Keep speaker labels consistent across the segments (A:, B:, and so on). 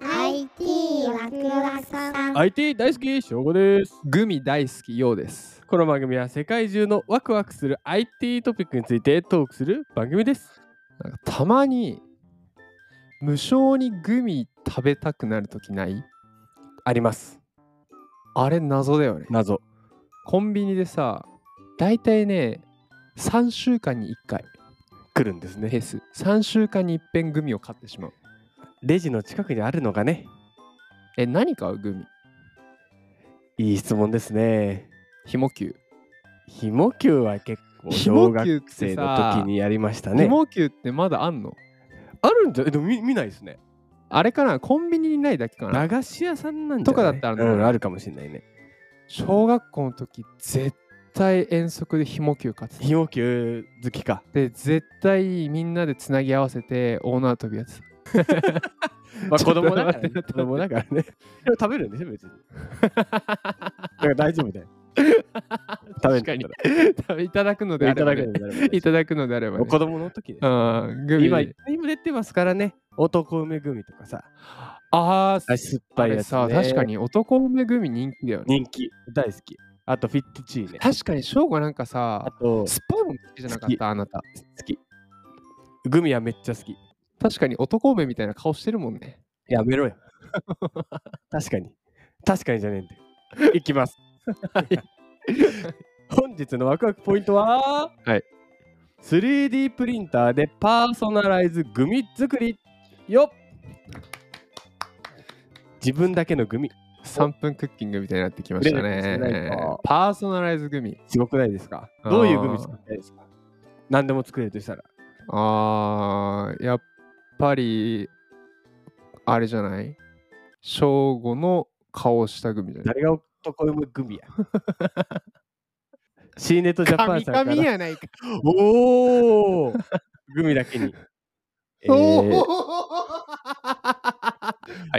A: IT ワクワクさん
B: IT 大好き翔吾です
C: グミ大好きようです。
B: この番組は世界中のワクワクする IT トピックについてトークする番組です
C: なんかたまに無性にグミ食べたくなるときない
B: あります
C: あれ謎だよね。
B: 謎
C: コンビニでさ、だいたいね、3週間に1回、
B: 来るんですね
C: ペース。3週間に一遍グミを買ってしまう。
B: レジの近くにあるのがね
C: え、何買うグミ
B: いい質問ですね
C: ひもきゅ
B: ひもきゅうは結構
C: ひ
B: 小
C: もきゅうっ
B: 学生
C: てさ
B: の時にやりました
C: う。ひ
B: ね
C: もきゅうってまだあんの
B: あるんじゃえでも見見ないですね
C: あれかなコンビニにないだけかな
B: 駄菓子屋さんなんじゃな
C: と
B: い
C: かだったらどう
B: うんあるかもしれないね
C: 小学校の時、絶対遠足でひもきゅう買ってた
B: ひもきゅう好きか
C: で、絶対みんなでつなぎ合わせて大縄跳びやってた。
B: まあ
C: ちょ
B: 子
C: っと
B: 供だから
C: 待
B: ね
C: って
B: 子供だからね。でも食べるんでしょ 別に。だから大丈夫だ よ。食べ
C: 確かに
B: る。
C: いただくの
B: 食べ
C: であ
B: るい
C: れ
B: た
C: ば、ね
B: だく、のであればね
C: いただくのであれば、ね
B: もう子供の時です。
C: うんグミ
B: 今、今出てますからね。男梅グミとかさ。
C: あー
B: あ酸っ
C: あ
B: ぱい
C: れ
B: やつ、ね。
C: さ、確か。に男梅グミ人気だよね
B: 人気。大好き。あとフィットチーネ。
C: 確かに翔吾なんか
B: あ
C: さ
B: と、
C: スパイも好きじゃなか
B: 好
C: っ
B: き
C: たあなた
B: 好き。グミはめっちゃ好き。
C: 確かに男梅みたいな顔してるもんね
B: やめろ よ。確かに。確かにじゃねえん だよ。いきます。本日のワクワクポイントは、
C: はい、
B: 3D プリンターでパーソナライズグミ作りよっ自分だけのグミ、
C: 3分クッキングみたいになってきましたね
B: ねなんか
C: パーソナライズグミ
B: すごくないですか
C: あー
B: どういうグミ作りたいですか何でも作れるとしたら。
C: あーやっぱりあれじゃない翔吾の顔したグミじゃない
B: 誰が男梅 グミやシーネットジャパンさんから
C: 神々やないか
B: おおグミだけに。えー
C: は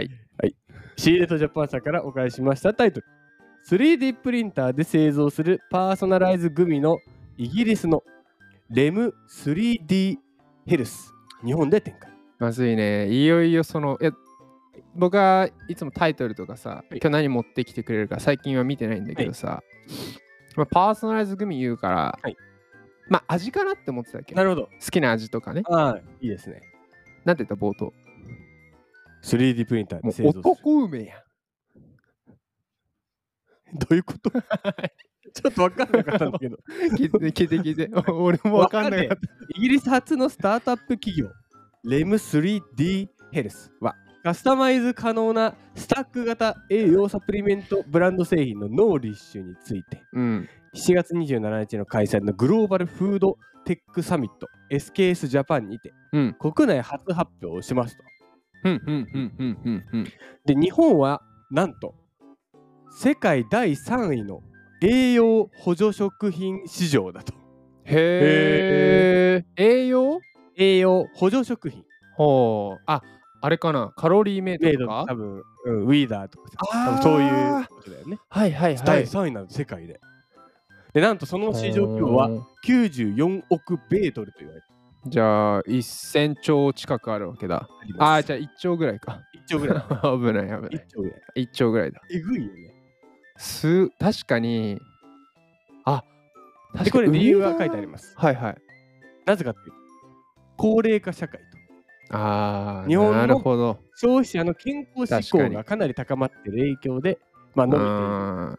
C: い。
B: シーレットジャパンさんからお返ししましたタイトル。3D プリンターで製造するパーソナライズグミのイギリスのレム 3D ヘルス。日本で展開。
C: まずいね。いよいよその、いや僕はいつもタイトルとかさ、
B: い
C: 今日何持ってきてくれるか最近は見てないんだけどさ、まあ、パーソナライズグミ言うから、
B: はい
C: まあ味かなって思ってたけど、
B: るほど。
C: 好きな味とかね。
B: ああ、いいですね。
C: なんて言った冒頭。
B: 3D プリンター
C: も
B: で
C: う
B: 製造する。
C: 男梅やん。
B: どういうことちょっと分かんなかったんだけど。
C: 聞いて聞いて聞いて。お俺もわかんなかった。
B: イギリス初のスタートアップ企業、レム 3D ヘルスは、カスタマイズ可能なスタック型栄養サプリメントブランド製品のノーリッシュについて、
C: うん。
B: 7月27日の開催のグローバルフードテックサミット SKS ジャパンにて、
C: うん
B: 国内初発表をしますと。
C: うんうんうんうんうんうん。
B: で、日本はなんと、世界第3位の栄養補助食品市場だと。
C: へえ。栄養
B: 栄養補助食品。
C: ほう。あ、あれかな。カロリーメイト
B: メイド
C: とか
B: の多分、うん、ウィーダーとかさ多
C: あー
B: 分そういうことだよね。
C: はいはいは
B: 第
C: い。
B: 3位なの世界で。でなんとその市場規模は94億ベートルと言われて
C: じゃあ、1000兆近くあるわけだ。
B: います。
C: ああ、じゃあ1兆ぐらいか。
B: 1兆ぐらい。
C: 危ない危な
B: 1兆ぐら
C: い。
B: い。
C: 1兆ぐらいだ。
B: えぐいよね。
C: す、確かに。あ、
B: で、
C: 確
B: こ
C: かに
B: れ理由が書いてあり
C: ま
B: ます。
C: はいはい。
B: なぜかというと、高齢化社会と
C: ああ、
B: 日本の
C: なるほど。
B: 消費者の健康志向
C: 確か
B: が
C: に
B: かなり高まっている影響で、まあ、
C: う
B: 伸び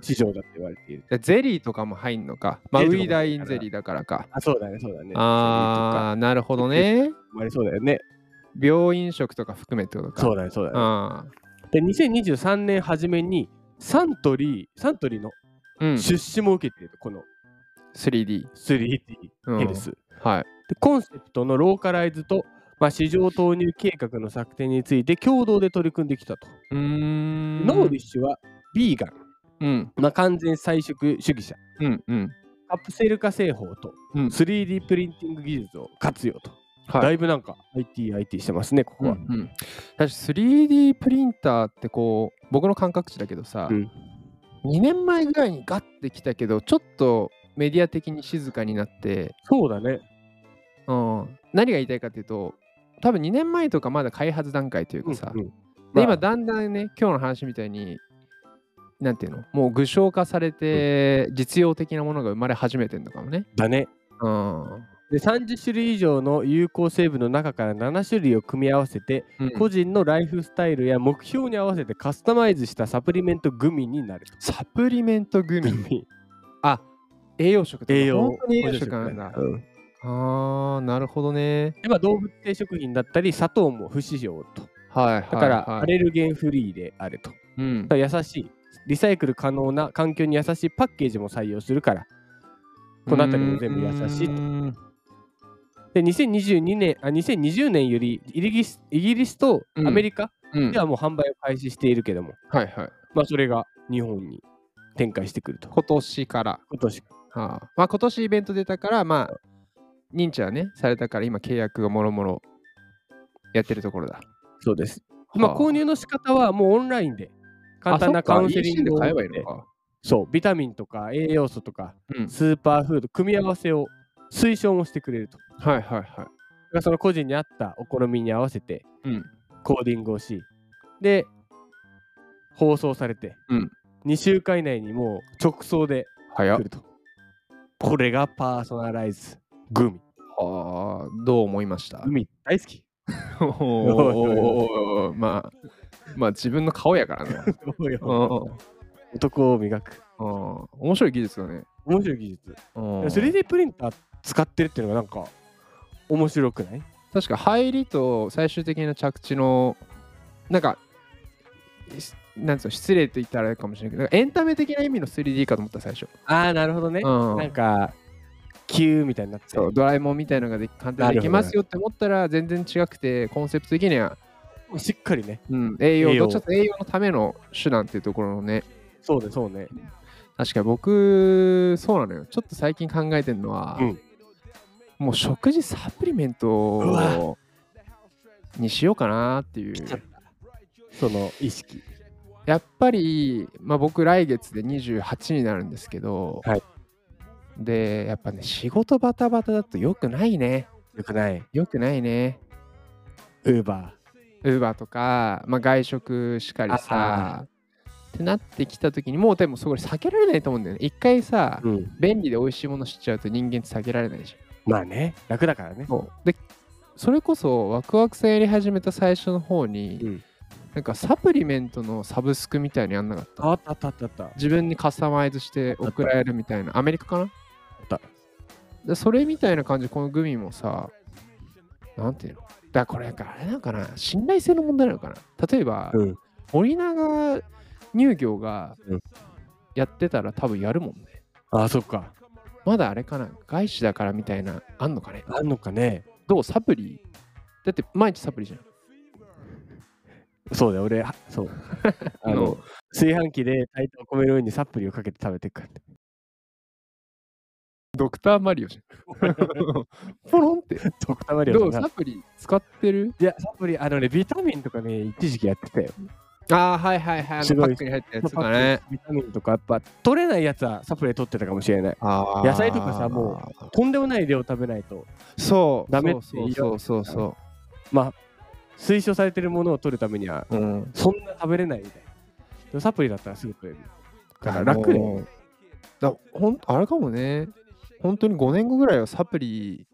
B: ている
C: ん。
B: 市場だと言われている。
C: でゼリーとかも入んのか。まあ、ウ
B: ゼ
C: ィ
B: リー
C: ー
B: とかも
C: ダー
B: 入
C: イン
B: るから
C: ゼリーだからか。
B: あ、そうだね、そうだね。
C: ああ、なるほどね。
B: そういうとかもありそうだよね。
C: 病院食とか含めってことか。
B: そううだね、そうだね。
C: あ
B: で、2023年初めに、サントリー、サントリーの
C: ーうん。
B: 出資も受けているとこの
C: 3D。
B: 3D
C: うん
B: ヘルス、で
C: はい。
B: コンセプトのローカライズと、まあ、市場投入計画の策定について共同で取り組んできたと、
C: うーん。
B: ノーリッシュはビーガン、
C: うん。
B: まあ、完全菜食主義者
C: うん。うん。
B: カプセル化製法と
C: うん
B: 3D プリンティング技術を活用と、
C: はい
B: だいぶなんか ITIT してますねここ
C: うんう
B: は、
C: ん、だし 3D プリンターってこう僕の感覚値だけどさ、
B: うん
C: 2年前ぐらいにガッてきたけどちょっとメディア的に静かになって、
B: そうだね
C: うん、何が言いたいかっていうと多分2年前とかまだ開発段階というかさ、
B: うんうんまあ
C: 今だんだんね今日の話みたいになんていうのもう具象化されて実用的なものが生まれ始めてんのかもね。
B: だね。
C: うん
B: で30種類以上の有効成分の中から7種類を組み合わせて、個人のライフスタイルや目標に合わせてカスタマイズしたサプリメントグミになる。
C: サプリメントグミ。
B: ミ
C: あ栄養食ってこと
B: 栄養
C: 本当に栄養食なんだ。
B: うん
C: あーなるほどね。
B: でまあ、動物性食品だったり砂糖も不使用と
C: はいはい、はい。
B: だからアレルゲンフリーであると、
C: うん、
B: だから優しいリサイクル可能な環境に優しいパッケージも採用するからこの辺りも全部優しいと
C: いと。
B: で2022年あ2020年よりイギリスイギリスとアメリカ
C: うん
B: ではもう販売を開始しているけども、
C: はいはい。
B: まあ、それが日本に展開してくると
C: 今年から。
B: 今年
C: はあ、まあ今年イベント出たから、まあ、認知はね、されたから今契約がもろもろやってるところだ。
B: そうです、まあ、購入の仕方はもうオンラインで簡単なカウンセリング
C: で
B: を
C: 買えばいいのか。
B: そうビタミンとか栄養素とか
C: うん。
B: スーパーフード組み合わせを推奨もしてくれると。だ
C: はいはいはい。
B: からその個人に合ったお好みに合わせて
C: うん。
B: コーディングをし、で、放送されて、
C: うん
B: 2週間以内にもう直送で
C: 早っ
B: 来ると。これがパーソナライズグミ。
C: はあ、どう思いました
B: グミ大好き。
C: おー おーまあ、まあ自分の顔やからね。 うん
B: 男を磨く。
C: うん面白い技術だね。
B: 面白い技術。
C: うん
B: 3D プリンター使ってるっていうのがなんか面白くない
C: 確か入りと最終的な着地のなんかしなんつうの失礼と言ったらあれかもしれないけどなんかエンタメ的な意味の 3D かと思った最初、
B: ああ、なるほどね
C: うん
B: なんか、急みたいになって。
C: そうドラえもんみたいのがで簡単にできますよって思ったら全然違くてコンセプト的には、
B: しっかりね。
C: うん、栄養
B: 栄養
C: どっちかというと栄養のための手段っていうところのね
B: そうね、そうね。
C: 確かに僕そうなのよちょっと最近考えてるのは、
B: うん
C: もう食事サプリメン
B: うわ
C: トにしようかなっていう
B: ちゃっその意識。
C: やっぱり、まあ、僕来月で28になるんですけど、
B: はい
C: でやっぱね仕事バタバタだと良くないね
B: よくない。
C: 良くないね
B: ウーバ
C: ウーバーとか、まあ、外食しかりさってなってきた時にもうでもそこで避けられないと思うんだよね一回さ、
B: ー。うん。
C: 便利で美味しいもの知っちゃうと人間って避けられないじ
B: まあね、楽だからね
C: ゃん。そうでそれこそワクワクさんやり始めた最初の方に、
B: うん
C: なんかサプリメントのサブスクみたいにやんなかった
B: あったあったあったあった。
C: 自分にカスタマイズして送られるみたいなアメリカかな
B: った
C: でそれみたいな感じでこのグミもさなんていうのだからこれなんかあれなのかな信頼性の問題なのかな例えば、
B: うん。
C: 森永乳業が
B: うん
C: やってたら多分やるもんね
B: あ、そっか。
C: まだあれかな外資だからみたいなあんのかね
B: あんのかね。
C: どうサプリだって毎日サプリじゃん
B: そうだよ、俺、は そう。あの、炊飯器で炊いたお米の上にサプリをかけて食べてくからね。
C: ドクターマリオじゃん ポロンって
B: ドクターマリ
C: ど
B: オ
C: う
B: だ
C: サ
B: な。
C: プリ使ってる
B: いや、サプリ、あのね、ビタミンとかね、一時期やってたよ。
C: ああはいはいはいあの
B: す
C: パ
B: ごい
C: ックに入ったやつとかね
B: ビタミンとか、やっぱ、取れないやつはサプリで取ってたかもしれない。
C: 野
B: 野菜とかさもとんでもない量食べないと、
C: うそう
B: ダメって
C: そ
B: 言
C: う
B: い
C: そうそうそ
B: まあ、推奨されてるものを取るためには、
C: う、うん、
B: そんな食べれないみたいな。でもサプリだったらすぐ取れる。だから楽で。
C: ねだほんあれかもね本当に5年後ぐらいはサプリ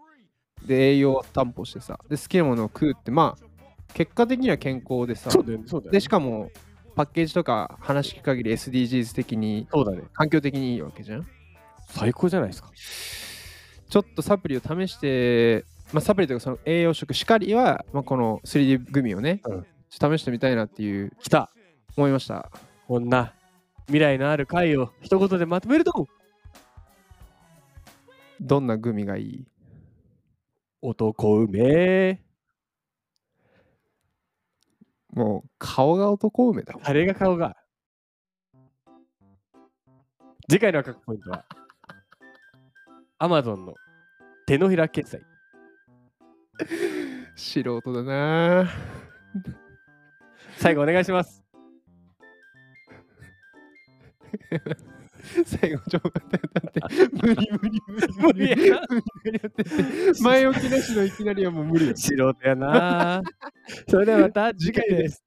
C: で栄養を担保してさで好きなものを食うってまあ結果的には健康でさ
B: そうだよね、そうだよね
C: でしかもパッケージとか話聞く限り SDGs 的に
B: そうだね。
C: 環境的にいいわけじゃん
B: 最高じゃないですか。
C: ちょっとサプリを試して、まあ、サプリというかその栄養食しかりは、まあ、この 3D グミをね、
B: うん
C: ちょっと試してみたいなっていう
B: 来た、
C: 思いました
B: こんな未来のある回を一言でまとめると、
C: どんなグミがいい
B: 男梅。
C: もう顔が男梅だもん。
B: あれが顔が。次回の赤くポイントは、Amazon の手のひら決済。
C: 素人だなぁ。
B: 最後お願いします。
C: 最後ちょっと待って待って。無理無理無理無
B: 無
C: 理
B: 理
C: 無
B: や
C: 理無理やってて前置きなしのいきなりはもう無理よ。
B: 素人やなぁそれではまた次回です。